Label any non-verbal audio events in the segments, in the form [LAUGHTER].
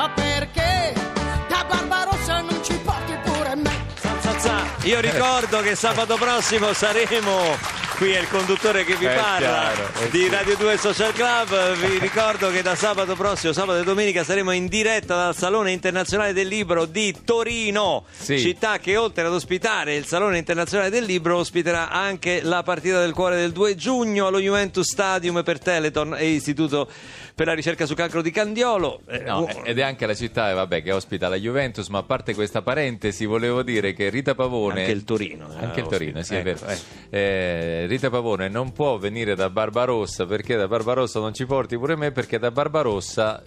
Eh. Io ricordo che sabato prossimo saremo qui è il conduttore che vi È parla Eh, chiaro, è di sì. Radio 2 Social Club. Vi ricordo che da sabato prossimo, sabato e domenica, saremo in diretta dal Salone Internazionale del Libro di Torino, Sì. città che oltre ad ospitare il Salone Internazionale del Libro ospiterà anche la partita del cuore del 2 giugno allo Juventus Stadium per Teleton e Istituto per la ricerca sul cancro di Candiolo. Eh, No, un- ed è anche la città eh, vabbè, che ospita la Juventus, ma a parte questa parentesi volevo dire che Rita Pavone... Anche il Torino, eh, Anche il Torino, ospita. sì, è Ecco, vero. Eh, Rita Pavone non può venire da Barbarossa perché da Barbarossa non ci porti pure me perché da Barbarossa...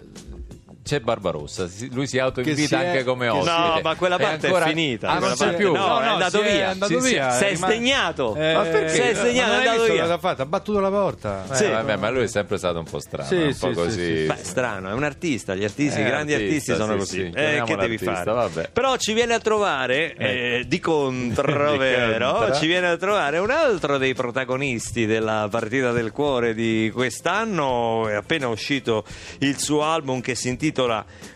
C'è Barbarossa, si- lui si Che si autoinvita è- anche come che si- ospite. No, ma quella parte è finita, Ah, quella non c'è parte- più. no, è andato si via. andato Sì, sì. via, Si è rimane- sdegnato. Eh, Ma perché? Si è sdegnato, ma non è hai andato visto via. cosa ha fatto? Ha battuto la porta. Eh, Sì. vabbè, ma lui è sempre stato un po' strano, Sì, un sì, po' sì, così. sì, sì. Beh, strano, è un artista, gli artisti, Eh, i grandi artista, artisti sono sì, così. sì, Eh, chiamiamolo che devi artista, fare? vabbè. Ecco. Però ci viene a [LAUGHS] trovare, eh, di contro, Di vero? contro. Ci viene a trovare un altro dei protagonisti della partita del cuore di quest'anno. È appena uscito il suo album che si intitola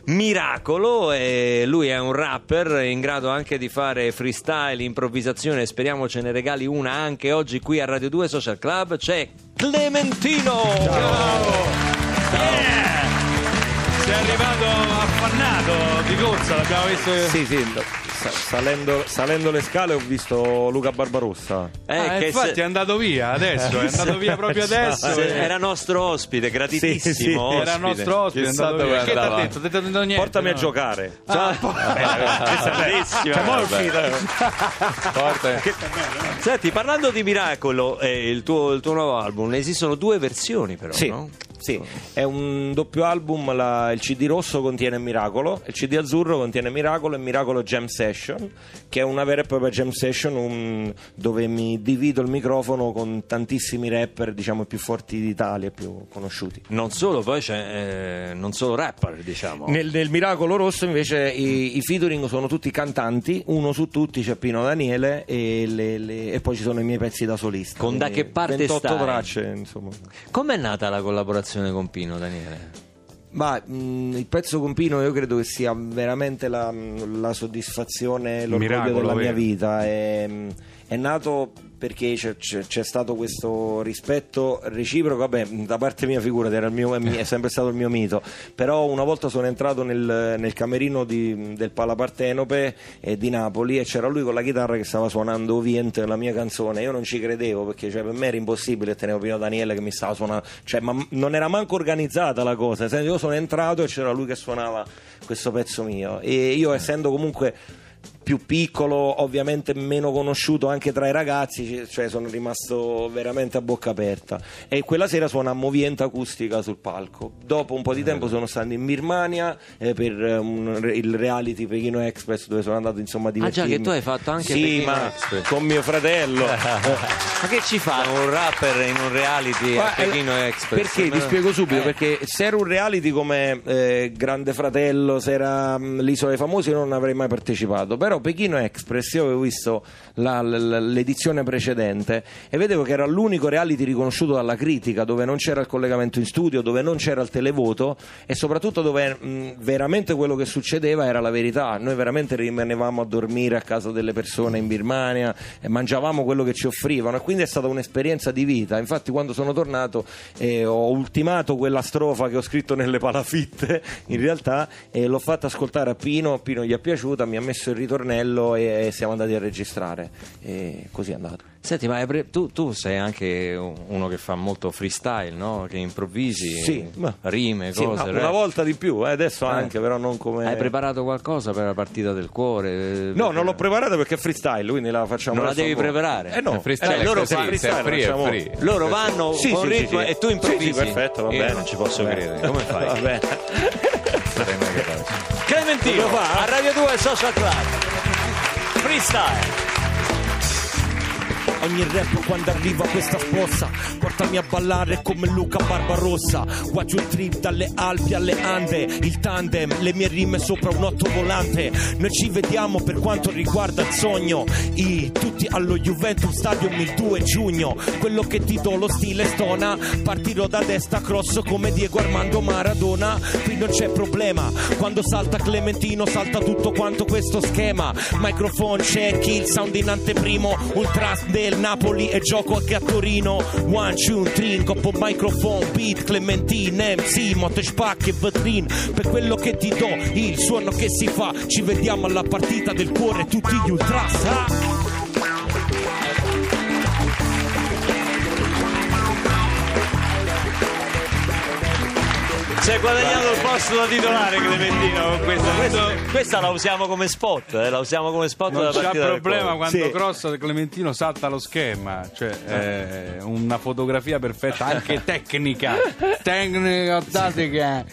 Miracolo. E lui è un rapper in grado anche di fare freestyle, improvvisazione. Speriamo ce ne regali una anche oggi qui a Radio 2 Social Club. C'è Clementino! Eh, Yeah! Sei arrivato affannato di corsa, l'abbiamo visto. Sì, sì, Eh, no, sa- salendo, salendo le scale ho visto Luca Barbarossa. Eh, Ah, che infatti se- è andato via adesso, è andato via proprio adesso. se- eh. era nostro ospite, gratitissimo. Sì, sì, era Era ospite. il nostro ospite, è Chissà andato dove via. Che ti ha andava. detto? Ti ha detto niente. Portami a no? giocare. Ah, po- Bellissimo. Cioè, mo è vabbè. uscita. Porta- Senti, parlando di Miracolo, eh, il, tuo, il tuo nuovo album, ne esistono due versioni però, Sì, no? sì, è un doppio album, la- il CD rosso contiene Miracolo, il CD azzurro contiene Miracolo e Miracolo Jam Session, che è una vera e propria jam session un- dove mi divido il microfono con tantissimi rapper, diciamo, più forti d'Italia, più conosciuti. Non solo, poi c'è, eh, non solo rapper, diciamo. Nel, nel Miracolo Rosso invece i, i featuring sono tutti cantanti, uno su tutti c'è Pino Daniele e, le- le- e poi ci sono i miei pezzi da solista. Con Da Quindi che parte 28 stai? tracce, insomma. Com'è nata la collaborazione con Pino, Daniele? Ma mh, il pezzo con Pino io credo che sia veramente la, la soddisfazione, l'orgoglio Miracolo, della mia vero? vita. È, è nato perché c'è, c'è- c'è stato questo rispetto reciproco, vabbè, da parte mia figurati, era il mio- è, mi- è sempre stato il mio mito, però una volta sono entrato nel, nel camerino di- del Palapartenope eh, di Napoli e c'era lui con la chitarra che stava suonando Ovient la mia canzone, io non ci credevo perché cioè, per me era impossibile, tenevo Pino Daniele che mi stava suonando, cioè, ma m- non era manco organizzata la cosa, nel senso, io sono entrato e c'era lui che suonava questo pezzo mio e io essendo comunque più piccolo, ovviamente meno conosciuto anche tra i ragazzi, c- cioè sono rimasto veramente a bocca aperta. E quella sera suona Movienta Acustica sul palco. Dopo un po' di tempo sono stato in Birmania eh, per eh, un re- il reality Pechino Express dove sono andato insomma a Ah, già, divertirmi. che tu hai fatto anche Sì, Pechino ma Express. con mio fratello. [LAUGHS] Ma che ci fa un rapper in un reality Ma, a Pechino Express? Perché? Ti Ma- spiego subito, Eh. perché se era un reality come eh, Grande Fratello, se era mh, l'Isola dei Famosi, io non avrei mai partecipato. Però Pechino Express, io avevo visto la- l- l- l'edizione precedente e vedevo che era l'unico reality riconosciuto dalla critica, dove non c'era il collegamento in studio, dove non c'era il televoto e soprattutto dove mh, veramente quello che succedeva era la verità. Ah, Noi veramente rimanevamo a dormire a casa delle persone in Birmania, e mangiavamo quello che ci offrivano e quindi è stata un'esperienza di vita. Infatti quando sono tornato eh, ho ultimato quella strofa che ho scritto nelle palafitte [LAUGHS] in realtà e l'ho fatta ascoltare a Pino, Pino gli è piaciuta, mi ha messo il ritornello e siamo andati a registrare e così è andato. Senti, ma è pre- tu, tu sei anche un- uno che fa molto freestyle, no? Che improvvisi, Sì, ma- rime, Sì, cose. no, rap. una volta di più, eh, adesso anche però non come... Hai preparato qualcosa per la partita del cuore? Eh, No, non l'ho preparata perché è freestyle, quindi la facciamo Non la adesso devi ancora. preparare. Eh no, È freestyle, eh, loro è fanno free, freestyle, è free, è facciamo- free. Loro vanno Sì, con sì, ritmo sì, sì. e tu improvvisi. Sì, sì, perfetto, va Io bene. non ci posso Va bene. credere. Come fai? Va bene. Saremo capaci. Clementino Lo fa? a Radio 2 Social Club. Freestyle. Ogni rap quando arriva questa scossa Portami a ballare come Luca Barbarossa Guaggio il trip dalle Alpi alle Ande Il tandem, le mie rime sopra un otto volante Noi ci vediamo per quanto riguarda il sogno I tutti allo Juventus Stadium il 2 giugno Quello che ti do lo stile stona Partirò da destra cross come Diego Armando Maradona Qui non c'è problema Quando salta Clementino salta tutto quanto questo schema Microphone c'è kill sound in anteprimo Un trust del Napoli e gioco anche a Torino One, two, three, coppo microphone Beat, Clementine, MC, moto spacche, vetrine Per quello che ti do, il suono che si fa Ci vediamo alla partita del cuore tutti gli ultras ah! Si è guadagnato il posto da titolare Clementino con questa. Questo- questa la usiamo come spot, eh, la usiamo come spot Non della c'è partita. del problema Coro. quando Sì. cross Clementino salta lo schema, cioè è una fotografia perfetta anche tecnica, tecnica, tattica.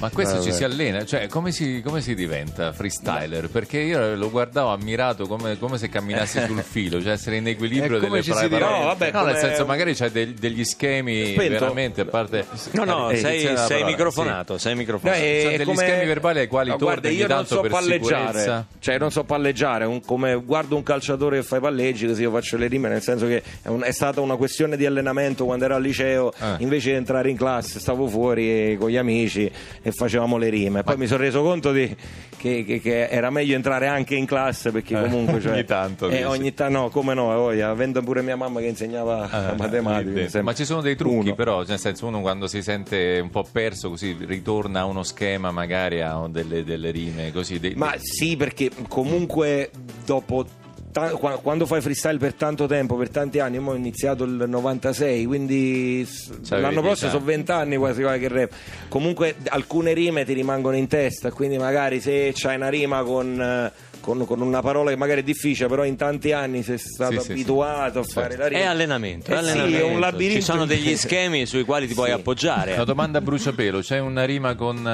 Ma questo ci si allena, cioè come si, come si diventa freestyler? Perché io lo guardavo ammirato come, come se camminassi sul filo, cioè essere in equilibrio E come delle ci si parole. diventa? No, No, vabbè, nel come- senso magari c'è del- degli schemi Spento. veramente a parte... No, no, Eh, sei, c'è la sei parola, microfonato, sei No, microfonato. è sono degli schemi verbali ai quali No, tu guarda, ordini io non tanto so per sicurezza. palleggiare. Cioè, non so palleggiare, un- come guardo un calciatore che fa i palleggi, così io faccio le rime, nel senso che è, un- è stata una questione di allenamento quando ero al liceo, Eh. invece di entrare in classe stavo fuori eh, con gli amici e facevamo le rime. Poi mi sono reso conto di- che, che- che era meglio entrare anche in classe perché comunque... Cioè, Eh, [LAUGHS] ogni tanto, eh, dici. ogni ta- no, come no, eh, voglia, avendo pure mia mamma che insegnava Eh, la matematica. lì mi dentro. sembra. Ma ci sono dei trucchi Uno. però, cioè, nel senso uno quando si sente un po' perso così ritorna a uno schema magari a delle, delle rime così. dei- Ma sì, perché comunque dopo. ta- qua- Quando fai freestyle per tanto tempo, per tanti anni, io mo ho iniziato il 96, quindi s- C'avevi l'anno prossimo dieci sono 20 anni quasi quasi che rap. Comunque d- alcune rime ti rimangono in testa, quindi magari se c'hai una rima con, eh, con- con una parola che magari è difficile, però in tanti anni sei stato sì, sì. abituato a fare la rima. È allenamento, è Eh sì, allenamento. è un labirinto. Ci sono [LAUGHS] degli schemi sui quali ti puoi Sì. appoggiare. Una domanda a bruciapelo, c'è una rima con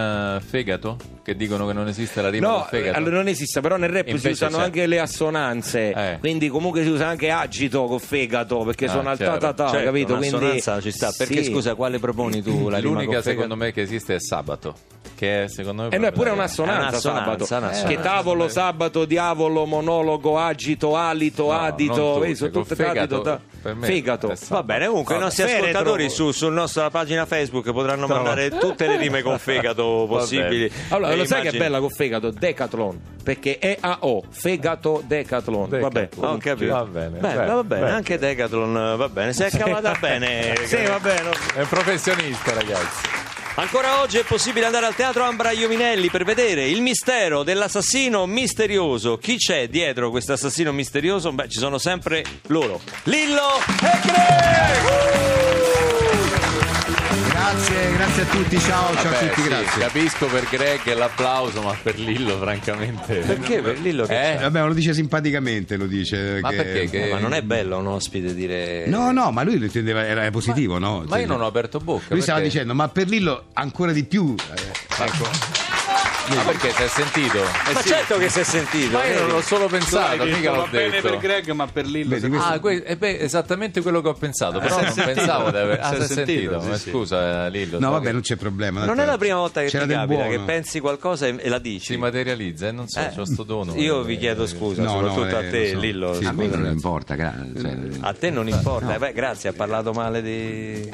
eh, fegato? Che dicono che non esiste la rima con No, fegato? allora non esiste, però nel rap si Invece usano c'è. anche le assonanze, Eh. quindi comunque si usa anche agito con fegato perché Ah, suona il chiaro. ta-ta-ta, Certo, Cioè, capito? Quindi un'assonanza ci sta. Perché sì. scusa, quale proponi tu la rima L'unica con fegato? secondo me che esiste è sabato, che è secondo me... E Eh, no, è pure proprio la- È un'assonanza un'assonanza, sabato. un'assonanza. Che tavolo, sabato, diavolo, monologo, agito, alito, No, non adito. tutte, Vedi, sono col tutte fegato, adito, ta- per me fegato. è Va bene, comunque i nostri Feretro. ascoltatori su, sul nostra pagina Facebook potranno mandare tutte le rime con fegato possibili. Eh, Allora, E lo sai che è immagini- bella con fegato? Decathlon. Perché è AO, fegato decathlon. Vabbè, Ho capito. Va bene, Bene, bene, va bene, bene. anche Decathlon va bene, si è cavata bene. Sì, va bene. È un professionista ragazzi. Ancora oggi è possibile andare al teatro Ambra Iominelli per vedere il mistero dell'assassino misterioso. Chi c'è dietro questo assassino misterioso? Beh, ci sono sempre loro. Lillo e Greg! Grazie, grazie a tutti, ciao, ciao a Beh, tutti, sì, grazie. Capisco per Greg l'applauso, ma per Lillo francamente... Perché per Lillo che Eh? c'è? Vabbè, lo dice simpaticamente, lo dice. Ma che- perché? Che- eh, Ma non è bello un ospite dire... No, no, ma lui lo intendeva, era positivo, no? Cioè, Ma io non ho aperto bocca. Lui stava perché- dicendo, ma per Lillo ancora di più. eh, Ma perché ti hai sentito? Ma certo che si è sentito. Ma io non l'ho solo Sai, pensato, mica Cioè, va l'ho bene per detto. Greg, ma per Lillo Vedi, se- questo- Ah, que- eh beh, esattamente quello che ho pensato, però si è non sentito. pensavo di aver. Ah, Si è si è sentito, sentito, sì, ma sì. scusa eh, Lillo. No, so vabbè, che non c'è problema. Non tanto è la prima volta che c'era ti del capita che buono. pensi qualcosa e e la dici. si materializza e non so, Eh, c'ho sto dono. Io eh, vi chiedo eh, scusa, No, no, soprattutto eh, a te, lo so. Lillo. Sì, a me scusa, non ragazzi. importa, gra- cioè- A te non importa, eh, beh, grazie, ha parlato male di.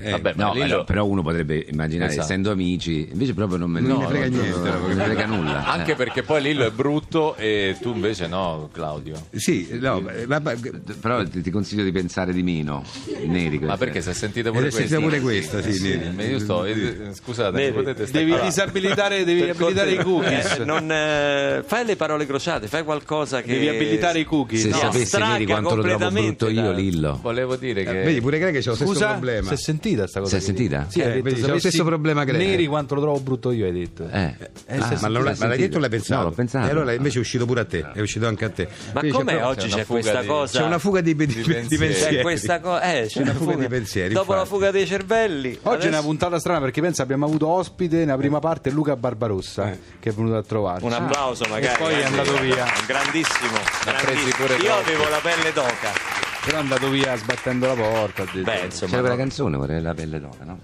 eh, vabbè, ma No, Lillo- allora, però uno potrebbe immaginare, Esatto. essendo amici, invece proprio non me Non no, me ne frega no, niente, no, non me ne frega nulla. Anche eh. perché poi Lillo è brutto e tu invece no, Claudio. Sì, no, ma- ma- ma- ed Però ti, ti consiglio di pensare di meno, Neri. Ma questo. perché si è sentita pure è questo? sentita Eh, pure questa, sì. Neri. Ma io sto, eh, scusate, Neri, potete stare Devi Allora, disabilitare, devi abilitare i cookies. Eh, non, eh, fai le parole crociate, fai qualcosa che. Devi abilitare i cookies. Se No, sapessi straga Neri quanto lo trovo completamente brutto io, da- Lillo. Volevo dire che Eh, Vedi, pure Greg c'ha lo stesso Scusa, problema. si è sentita sta cosa? Si è che hai sentita? detto? Eh, Sì, hai detto, vedi, c'è lo sapessi stesso problema che lei. Neri quanto lo trovo brutto io, hai detto. Eh. Eh, Ah, se- ma, lo- ma l'hai l'hai detto o l'hai pensato? No, l'ho pensato. E allora invece è uscito pure a te, è uscito anche a te. Ma Quindi c'è com'è proprio- oggi c'è c'è una fuga questa di- cosa? C'è una fuga di, di- di pensieri. pensieri. C'è questa cosa. Eh, c'è Una fuga di pensieri, Dopo la infatti. fuga dei cervelli. Oggi adesso- è una puntata strana perché pensa abbiamo avuto ospite nella prima parte Luca Barbarossa che è venuto a trovarci. Un applauso magari. Ah. poi è andato via. Un Grandissimo. presi grandissimo. pure Io troppo. avevo la pelle d'oca. Però è andato via sbattendo la porta. ha detto. Beh, insomma, C'era quella canzone, vorrei la pelle d'oca, no?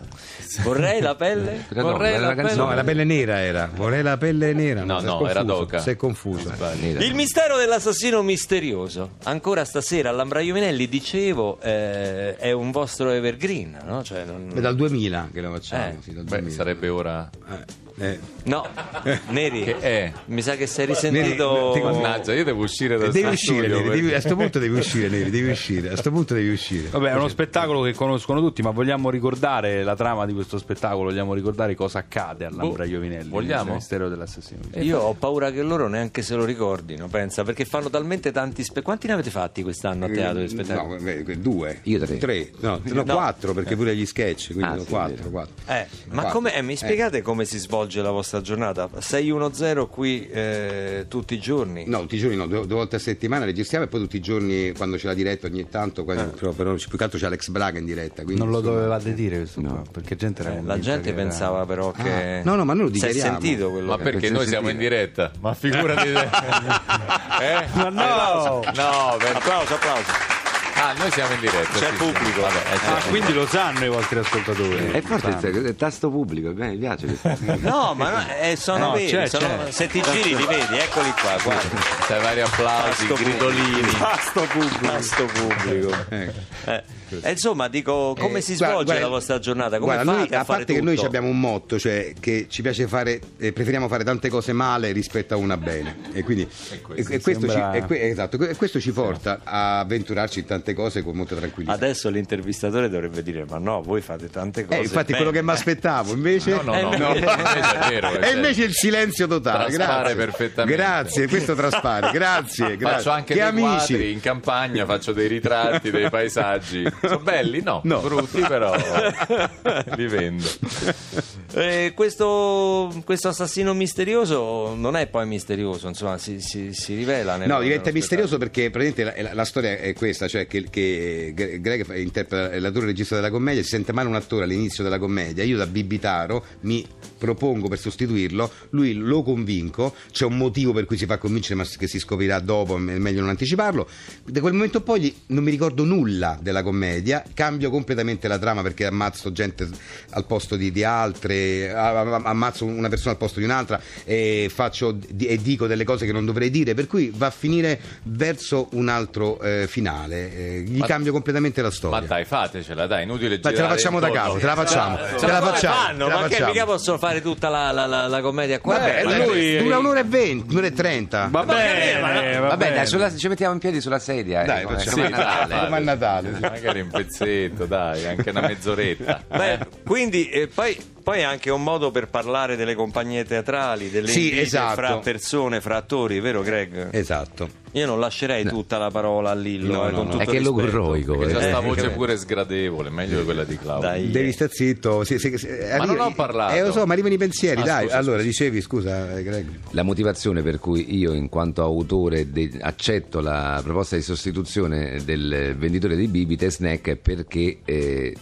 vorrei la pelle. Era Vorrei d'oca, era la una pelle- No, la pelle nera era. Vorrei la pelle nera. No, sei no, era confuso, d'oca. Sei confuso. nera. Il mistero dell'assassino misterioso. Ancora stasera all'Ambraio Minelli dicevo eh, è un vostro evergreen, no? Cioè, non- È dal 2000 che la facciamo. Eh, sì, dal Beh, 2000. sarebbe ora. Eh, eh. No, Neri, Che è? mi sa che sei Neri, ti risentito. Mannaggia, io devo uscire da Oh. Devi uscire, sto studio Neri, perché- devi- a sto punto devi uscire, Neri, [LAUGHS] devi uscire. A sto punto devi uscire. Vabbè, è uno spettacolo che conoscono tutti, ma vogliamo ricordare la trama di questo spettacolo? Vogliamo ricordare cosa accade all'Ambra Boh, Iovinelli? vogliamo? nel mistero dell'assassino. Io ho paura che loro neanche se lo ricordino, pensa, perché fanno talmente tanti spe- Quanti ne avete fatti Eh, quest'anno a teatro di spettacoli? No, beh, que- due. Io tre. No, no, quattro, perché pure gli sketch, quindi Ah, sono sì, è quattro, vero. quattro. Eh, ma Quattro. come, eh, mi spiegate come si svolge la vostra giornata? 610 qui eh, tutti i giorni? No, tutti i giorni no, due, due volte a settimana registriamo e poi tutti i giorni quando c'è la diretta ogni tanto, Eh. quasi, però, però più che altro c'è Alex Braga in diretta. Quindi, Non lo insomma. dovevate dire questo qua, perché gente Eh, era La convinta gente che era- pensava però che... Eh. Ah. no, no, ma noi lo Si è dichiariamo. sentito quello Ma che- perché noi siamo in diretta? Ma figurati te. [LAUGHS] eh? Ma no! No, per- Applauso, applauso. ah, noi siamo in diretta. C'è sì, sì. pubblico. Vabbè, eh, Ah, certo. quindi lo sanno i vostri ascoltatori. Eh, È forte il, il tasto pubblico, beh, mi piace questa. No, ma no, eh, sono No, veri, c'è, sono- c'è. se ti giri li vedi, eccoli qua, guarda. Sai, vari applausi, Tasto gridolini. pubblico. Tasto pubblico. Eh, eh, insomma, dico, come Ecco. Eh, si guarda, svolge guarda, la vostra giornata? Come guarda, noi- fate a, a fare parte che noi tutto? ci abbiamo un motto, cioè che ci piace fare, eh, preferiamo fare tante cose male rispetto a una bene. E quindi questo e- e questo sembra- ci, e que- esatto, e questo ci porta a avventurarci in tante cose con molta tranquillità. Adesso l'intervistatore dovrebbe dire, ma no, voi fate tante cose. Eh, infatti bene." quello che mi aspettavo invece Eh, No, no, no, no, invece è vero, è [LAUGHS] e vero. invece il silenzio totale Traspare grazie. perfettamente. grazie questo traspare grazie, grazie. Faccio che anche dei amici quadri in campagna, faccio dei ritratti, [LAUGHS] dei paesaggi. Sono belli? No, No. brutti [LAUGHS] però li vendo. Eh, questo, questo assassino misterioso non è poi misterioso, insomma, si, si- si rivela. Nel, No, nello diventa misterioso spettacolo. perché praticamente la, la- la storia è questa, cioè che, che Gre- Greg fa- interpreta è l'attore e regista della commedia, si sente male un attore all'inizio della commedia, io da bibitaro mi propongo per sostituirlo, lui lo convinco, c'è un motivo per cui si fa convincere ma s- che si scoprirà dopo, è meglio non anticiparlo, da quel momento in poi gli- non mi ricordo nulla della commedia, cambio completamente la trama perché ammazzo gente s- al posto di, di altre, a- a- ammazzo una persona al posto di un'altra e, faccio di- e dico delle cose che non dovrei dire, per cui va a finire verso un altro eh, finale, eh, gli Ma- cambio completamente la Ma storia. dai, cioè, fatecela, dai, Dai, inutile te la girare facciamo da intorno. capo, te la facciamo, te la Ma come facciamo. fanno? te la ma che facciamo. mica possono fare tutta la, la- la- la commedia qua? Vabbè, Ma- dai, lui- dura un'ora e venti, un'ora e trenta. Va bene, va Vabbè, bene. dai, sulla- ci mettiamo in piedi sulla sedia. eh, Dai, come- facciamo come a Sì, Natale. dai. come a Natale. sì. Magari un pezzetto, dai, anche una [LAUGHS] mezz'oretta. Beh, quindi eh, poi, poi è anche un modo per parlare delle compagnie teatrali, delle Sì, invidie esatto. fra persone, fra attori, vero Greg? Esatto. Io non lascerei tutta la parola a Lillo, No, eh, no, con no. tutto È che è rispetto. logorroico. Perché eh. c'ha sta voce capito. pure sgradevole, meglio di quella di Claudio. Dai. Devi star zitto, sì, sì, sì, arriva- non ho parlato. Eh, lo so, ma arrivano i pensieri, Ah, dai. scusa, allora, dicevi, scusa, eh, Greg. La motivazione per cui io, in quanto autore, de- accetto la proposta di sostituzione del venditore di bibite e snack è perché eh,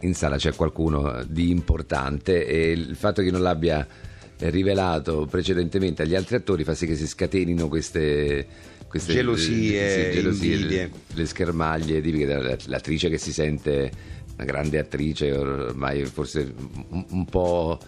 in sala c'è qualcuno di importante e il fatto che non l'abbia eh, rivelato precedentemente agli altri attori fa sì che si scatenino queste. queste Gelosie, invidie. le, le schermaglie tipiche della- dell'attrice che si sente una grande attrice ormai forse un, un po'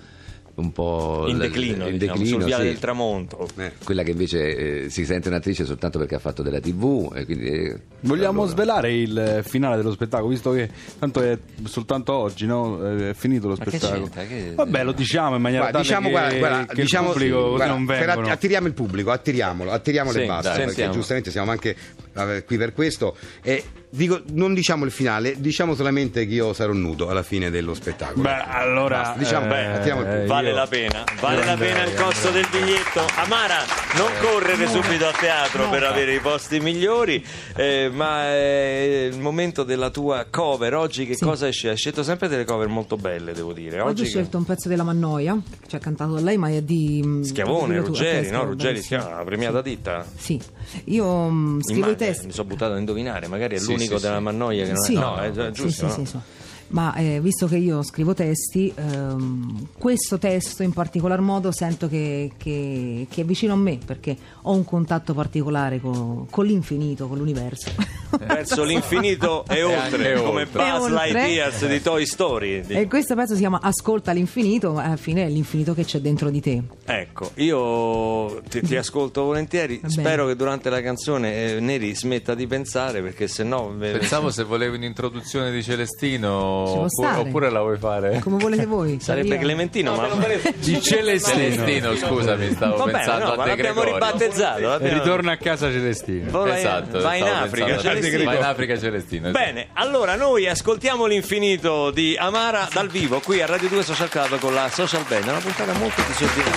un po' In l- declino, in diciamo, sul declino, viale sì del tramonto. quella che invece eh, si sente un'attrice soltanto perché ha fatto della tv e quindi, eh, Vogliamo allora- svelare il eh, finale dello spettacolo, visto che tanto è soltanto oggi, no? Eh, È finito lo Ma che spettacolo. c'entra? Che- Vabbè, lo diciamo in maniera Guarda, tale diciamo, che, guarda, guarda, che diciamo- il pubblico così guarda, non per att- vengono. attiriamo il pubblico, attiriamolo, attiriamolo Sì, e basta. dai, perché sentiamo. giustamente siamo anche eh, qui per questo. E dico, non diciamo il finale, diciamo solamente che io sarò nudo alla fine dello spettacolo. Beh, allora, Basta, diciamo, eh, attiriamo il pubblico. Vale io- la pena, vale la pena il costo del biglietto. Amara, non Eh, correre subito a teatro per avere i posti migliori, eh, ma è il momento della tua cover. Oggi che cosa hai scelto? Hai scelto sempre delle cover molto belle, devo dire. Oggi ho che- scelto un pezzo della Mannoia, cioè cantato da lei, ma è di. mm, Schiavone, di Rotu- eh, Ruggeri, Schiavo, no? Ruggeri, bravissimo. Schiavone, la premiata ditta. Sì, io mm, scrivo i Immagino, testi. Mi sono buttato a indovinare, magari è Sì, l'unico sì, della sì. Mannoia che non Sì. è. No, è già Sì, giusto. sì, no? sì, so. Ma eh, visto che io scrivo testi, ehm, questo testo in particolar modo sento che, che- che è vicino a me perché ho un contatto particolare co- con l'infinito, con l'universo. [LAUGHS] Eh, verso l'infinito e oltre, anche come oltre. Buzz E oltre. Lightyear di Toy Story. E questo pezzo si chiama Ascolta l'infinito, ma alla fine è l'infinito che c'è dentro di te. Ecco, io ti, [LAUGHS] ti ascolto volentieri. Va bene. Spero che durante la canzone eh, Neri smetta di pensare perché se no. eh, Pensavo se volevi un'introduzione di Ci Celestino può oppure, stare. oppure la vuoi fare? Come volete voi? Sarebbe Io- Clementino, ma. [LAUGHS] Di Celestino. Celestino, scusami, stavo Va bene, pensando no, a ma De l'abbiamo Gregorio. ribattezzato. l'abbiamo- Ritorna a casa Celestino. Vola- Esatto, vai in stavo Africa. pensando- Celestino. Vai in Africa Celestino. esatto. Bene, allora noi ascoltiamo l'infinito di Amara dal vivo qui a Radio 2 Social Club con la Social Band. È una puntata molto disordinata.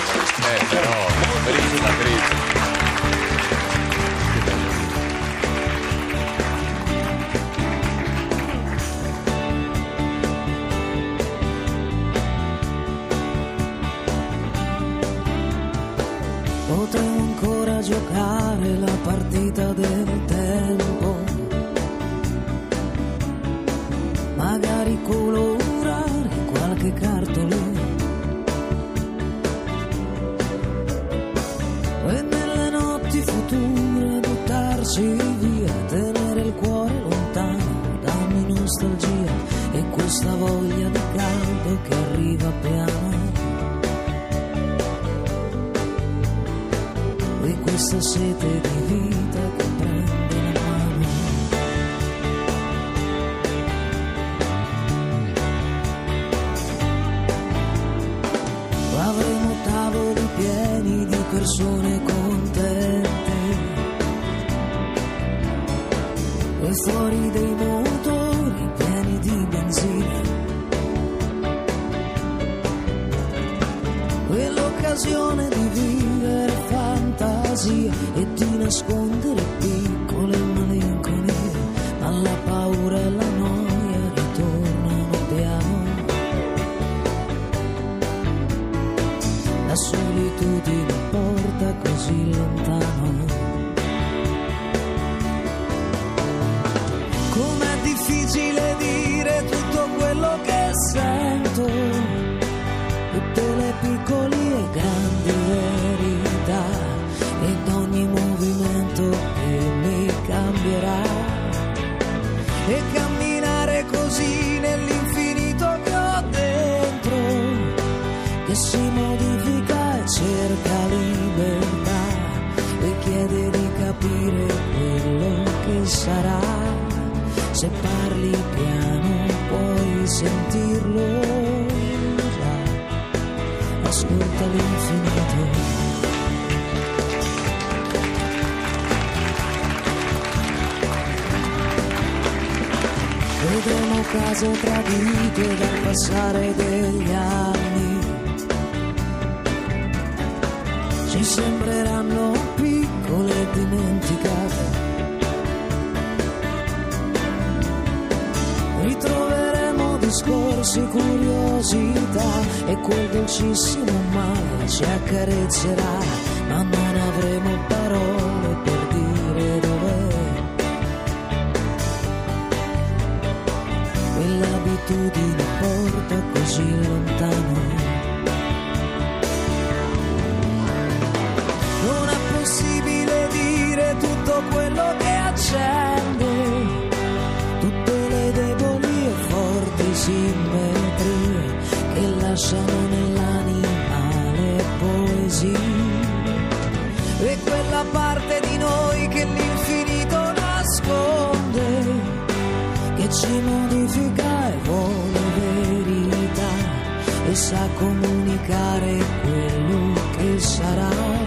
Eh, però, bellissima trip. Potremmo ancora giocare la partita del tempo. Magari colorare qualche cartolina. E nelle notti future buttarci via, tenere il cuore lontano dammi nostalgia e questa voglia di caldo che arriva piano. e questa sete di vita che prende la mano. Avremo tavoli pieni di persone contente e fuori dei motori pieni di benzina. quell'occasione di vivere fantasia e di nascondere piccole malinconie, ma la paura e la noia ritornano piano. La solitudine porta così lontano. Com'è difficile dire tutto quello che sento tutte le piccole e grandi verità ed ogni movimento che mi cambierà e camminare così nell'infinito che ho dentro che si modifica e cerca libertà e chiede di capire quello che sarà se parli piano puoi sentirlo già ascolta l'infinito. Vedremo case tradite dal passare degli anni. Ci sembreranno piccole e dimenticate. Ritroveremo discorsi, curiosità e quel dolcissimo male ci accarezzerà, ma non avremo parole per dire dov'è. Quell'abitudine porta così lontano. Non è possibile dire tutto quello che accendo tutte le deboli e forti simmetrie che lasciano nell'anima le poesie. E quella parte di noi che l'infinito nasconde, che ci modifica e vuole verità e sa comunicare quello che sarà.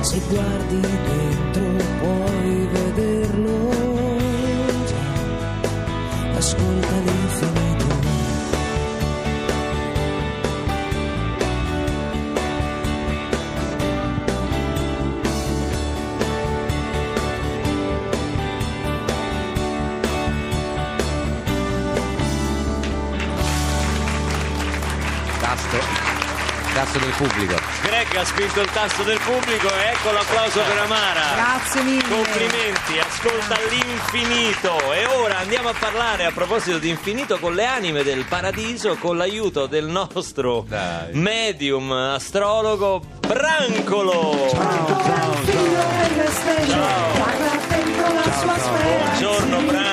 Se guardi dentro puoi vederlo già ascolta l'infinito. Tasto, tasto del pubblico. Greg ha spinto il tasto del pubblico e ecco l'applauso per Amara. Grazie mille. Complimenti, ascolta l'infinito e ora andiamo a parlare a proposito di infinito con le anime del paradiso con l'aiuto del nostro Dai. medium astrologo Brancolo. Ancora il figlio del destino, guarda dentro la sua sfera. Buongiorno buongiorno.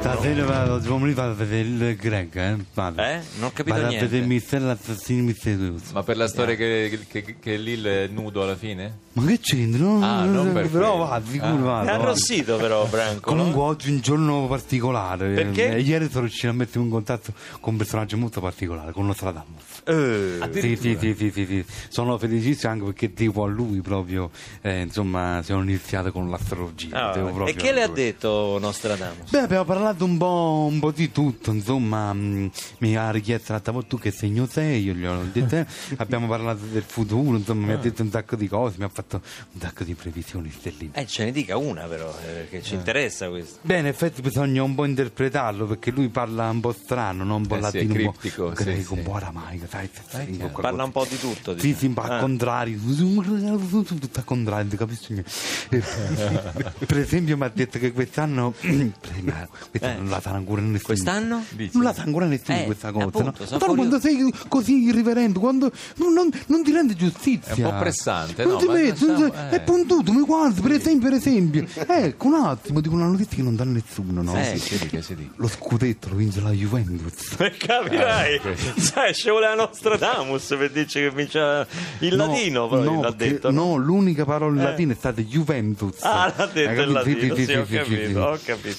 Stasera vado, domani vado a vedere il Greg, eh? Vado. Eh? Non ho capito vado niente. a vedere Mister l'assassino misterioso. Ma per la storia che, che, che Lil è nudo alla fine? Ma che c'entra? No, Ah, non per però quello. va, sicuro Ah. vado. È vado. arrossito però, Branco. no? Comunque oggi è un giorno particolare. Perché? Eh, Ieri sono riuscito a mettermi in contatto con un personaggio molto particolare, con Nostradamus. Eh. Sì, sì, sì, sì, sì, sì. sono felicissimo anche perché devo a lui proprio, eh, insomma, sono iniziato con l'astrologia. Ah, devo proprio e che le a ha lui. detto Nostradamus? Beh, abbiamo parlato un po', un po' di tutto, insomma, mh, mi ha richiesto l'altra volta tu che segno sei, io glielo ho detto, eh. abbiamo parlato del futuro, insomma, Ah. mi ha detto un sacco di cose, mi ha fatto un sacco di previsioni stelline. Eh, ce ne dica una però, eh, perché ci interessa questo. Beh, in effetti bisogna un po' interpretarlo perché lui parla un po' strano, non un po' Eh sì, latino, è un po' criptico, sì, greco, sì. un po' aramaico, sai, sai, sai, qualcosa. Parla un po' di tutto. Sì, diciamo. sì, ma al Eh. Ah. contrario, tutto al contrario, non capisci niente. [LAUGHS] Eh, per esempio mi ha detto che quest'anno, [CLEARS THROAT] ma quest'anno non la sa ancora nessuno. Eh. Quest'anno? Non la sa ancora nessuno Eh, questa cosa. appunto, no? sono Però quando sei così irriverente, quando non, non- non ti rende giustizia. È un po' pressante, Non no, ti ma metti, non lasciamo- ti- eh. è puntuto, mi guardi, per esempio, per esempio. Ecco, un attimo, dico una notizia che non dà nessuno, no? Eh, si dica, si dica. Lo scudetto lo vince la Juventus. Capirai, Ah, [LAUGHS] sai, ci voleva Nostradamus per dirci che vinceva il No, latino, poi no, l'ha perché- detto. no, l'unica parola in Eh. latino è stata Juventus. Ah, l'ha Hai detto il capito? Sì, latino, sì, sì, sì, ho sì, sì, sì. capito, ho capito.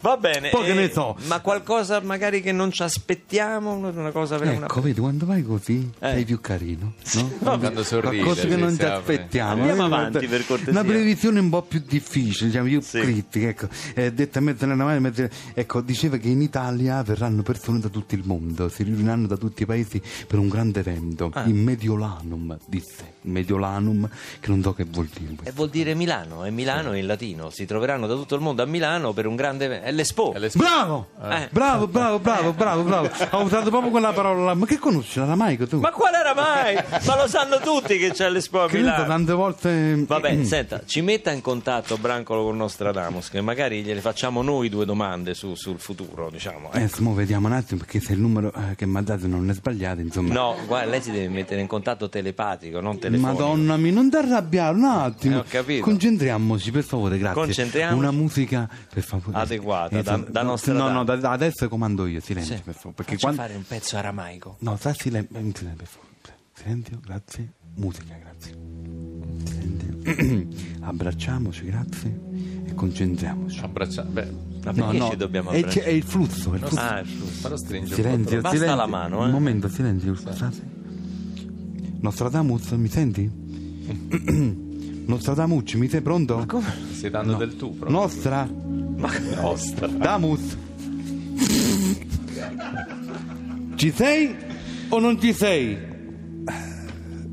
Va bene, eh, Poi che ne so. ma qualcosa magari che non ci aspettiamo, una cosa per una... Ecco, vedi, quando vai così Eh. sei più carino, no? Quando sorride, Qualcosa che sì, non si ti apre. aspettiamo. Andiamo Eh, avanti, guarda, per cortesia. Una previsione un po' più difficile, diciamo, io critica, ecco. Eh, detta mettere nella mano, mettere- ecco, diceva che in Italia verranno persone da tutto il mondo, si riuniranno da tutti i paesi per un grande evento, Ah. il Mediolanum, disse. Mediolanum, che non so che vuol dire. E vuol dire Milano, e Milano in latino. Si troveranno da tutto il mondo a Milano per un grande evento. È l'Expo. Bravo! Eh. Bravo, bravo, bravo, bravo, bravo. Ho usato proprio quella parola là. Ma che conosci l'aramaico tu? Ma qual era mai? Eh. Ma lo sanno tutti che c'è l'Expo a Che io Milano. tante volte. Vabbè, senta, ci metta in contatto Brancolo con Nostradamus, che magari gliele facciamo noi due domande su- sul futuro, diciamo. eh. Adesso mo vediamo un attimo perché se il numero eh, che mi ha dato non è sbagliato, insomma. No, guarda, lei si deve mettere in contatto telepatico, non telefonico. Madonna mia, non ti arrabbiare un Eh, attimo. ho capito. Concentriamoci, per favore, grazie. Concentriamoci. Una musica, per favore. Adeguata, da- insomma, da no, nostra No, età. no, da- da- adesso comando io, silenzio, Sì. per favore. Perché Faccia quando... fare un pezzo aramaico. No, sta silen- in silenzio, per favore. Silenzio, grazie. Musica, grazie. Silenzio. [CLEARS THROAT] Abbracciamoci, grazie. E concentriamoci. Abbracciare. Beh, Ma perché ci dobbiamo è, abbracciare? è il flusso, è il flusso. Ah, giusto. lo stringi un po' Silenzio, troppo. Basta silenzio. la mano, eh. Un momento, silenzio, scusate. Nostradamus, mi senti? [CLEARS THROAT] Nostradamus, mi sei pronto? Stai dando del tu proprio. Nostra Nostra. Damus. ci sei o non ci sei?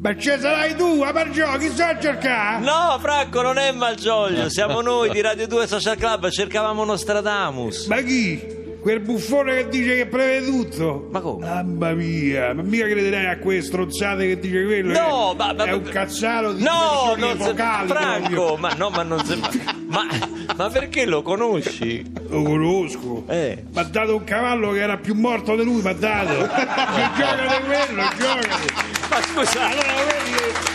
Ma ce sarai tu, a Margio, chi sta a cercare? No, Franco, non è Malgioglio, siamo noi di Radio 2 Social Club, cercavamo Nostradamus. Ma chi? Quel buffone che dice che prevede tutto. Ma come? Mamma mia, ma mica crederai a quelle strozzate che dice quello? No, eh? ma- ma- È un cazzaro di No, dimensioni non se- epocali, Franco, proprio. ma no, ma non se- ma, ma perché lo conosci? Lo conosco. Eh. Mi ha dato un cavallo che era più morto di lui, mi ha [LAUGHS] dato. che gioca di quello, gioca. Ma scusa, Allora, vedi che-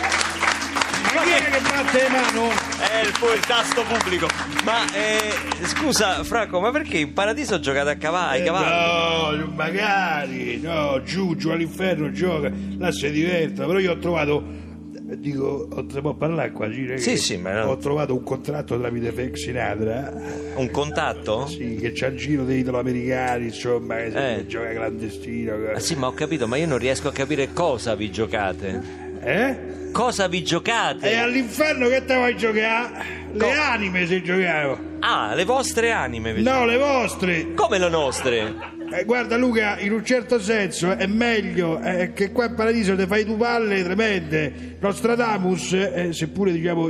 Ma chi è che batte le mano? è il, fu- il tasto pubblico. Ma eh, scusa, Franco, ma perché in paradiso giocate a cavalli? Eh, cavalli? No, magari, no, giù, giù all'inferno gioca, là si diverte, però io ho trovato, dico, ho- si può parlare qua, sì, ragazzi? Sì, sì, ma no. ho trovato un contratto tramite Frank Sinatra, Un contatto? sì, che c'ha il giro dei italoamericani, insomma, che si- Eh. che gioca clandestino, che- Ah, sì, ma ho capito, ma io non riesco a capire cosa vi giocate. eh? Cosa vi giocate? E all'inferno che te vuoi giocare? Le anime se giocavo. Ah, le vostre anime. vi- No, le vostre. Come le nostre? Eh, guarda Luca, in un certo senso è meglio eh, che qua in paradiso te fai due palle tremende. Nostradamus, eh, seppure diciamo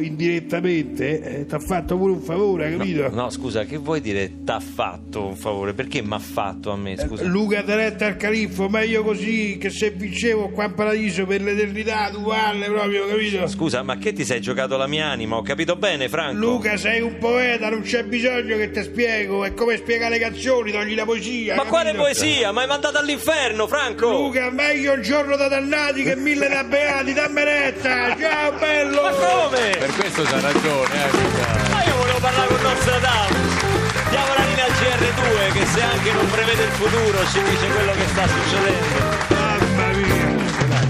indirettamente, ti ha fatto pure un favore, capito? No, scusa, che vuoi dire t'ha fatto un favore? Perché m'ha fatto a me, scusa? Eh, Luca Teretta al califfo, meglio così che se vincevo qua in paradiso per l'eternità, due palle proprio, capito? Scusa, ma che ti sei giocato la mia anima? Ho capito bene, Franco. Luca sei un poeta, non c'è bisogno che ti spiego, è come spiegare le canzoni, togli la poesia. ma capito? quale poesia? Ma hai mandato all'inferno, Franco! Luca, meglio il giorno da dannati che mille da beati, dammi retta, ciao bello! Ma come? Per questo c'ha ragione, eh. Ma io volevo parlare con Nostradamus. Diamo la linea al GR3. 2 che se anche non prevede il futuro ci dice quello che sta succedendo. Mamma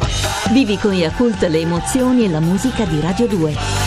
mia! Vivi con Yakult le emozioni e la musica di Radio 2.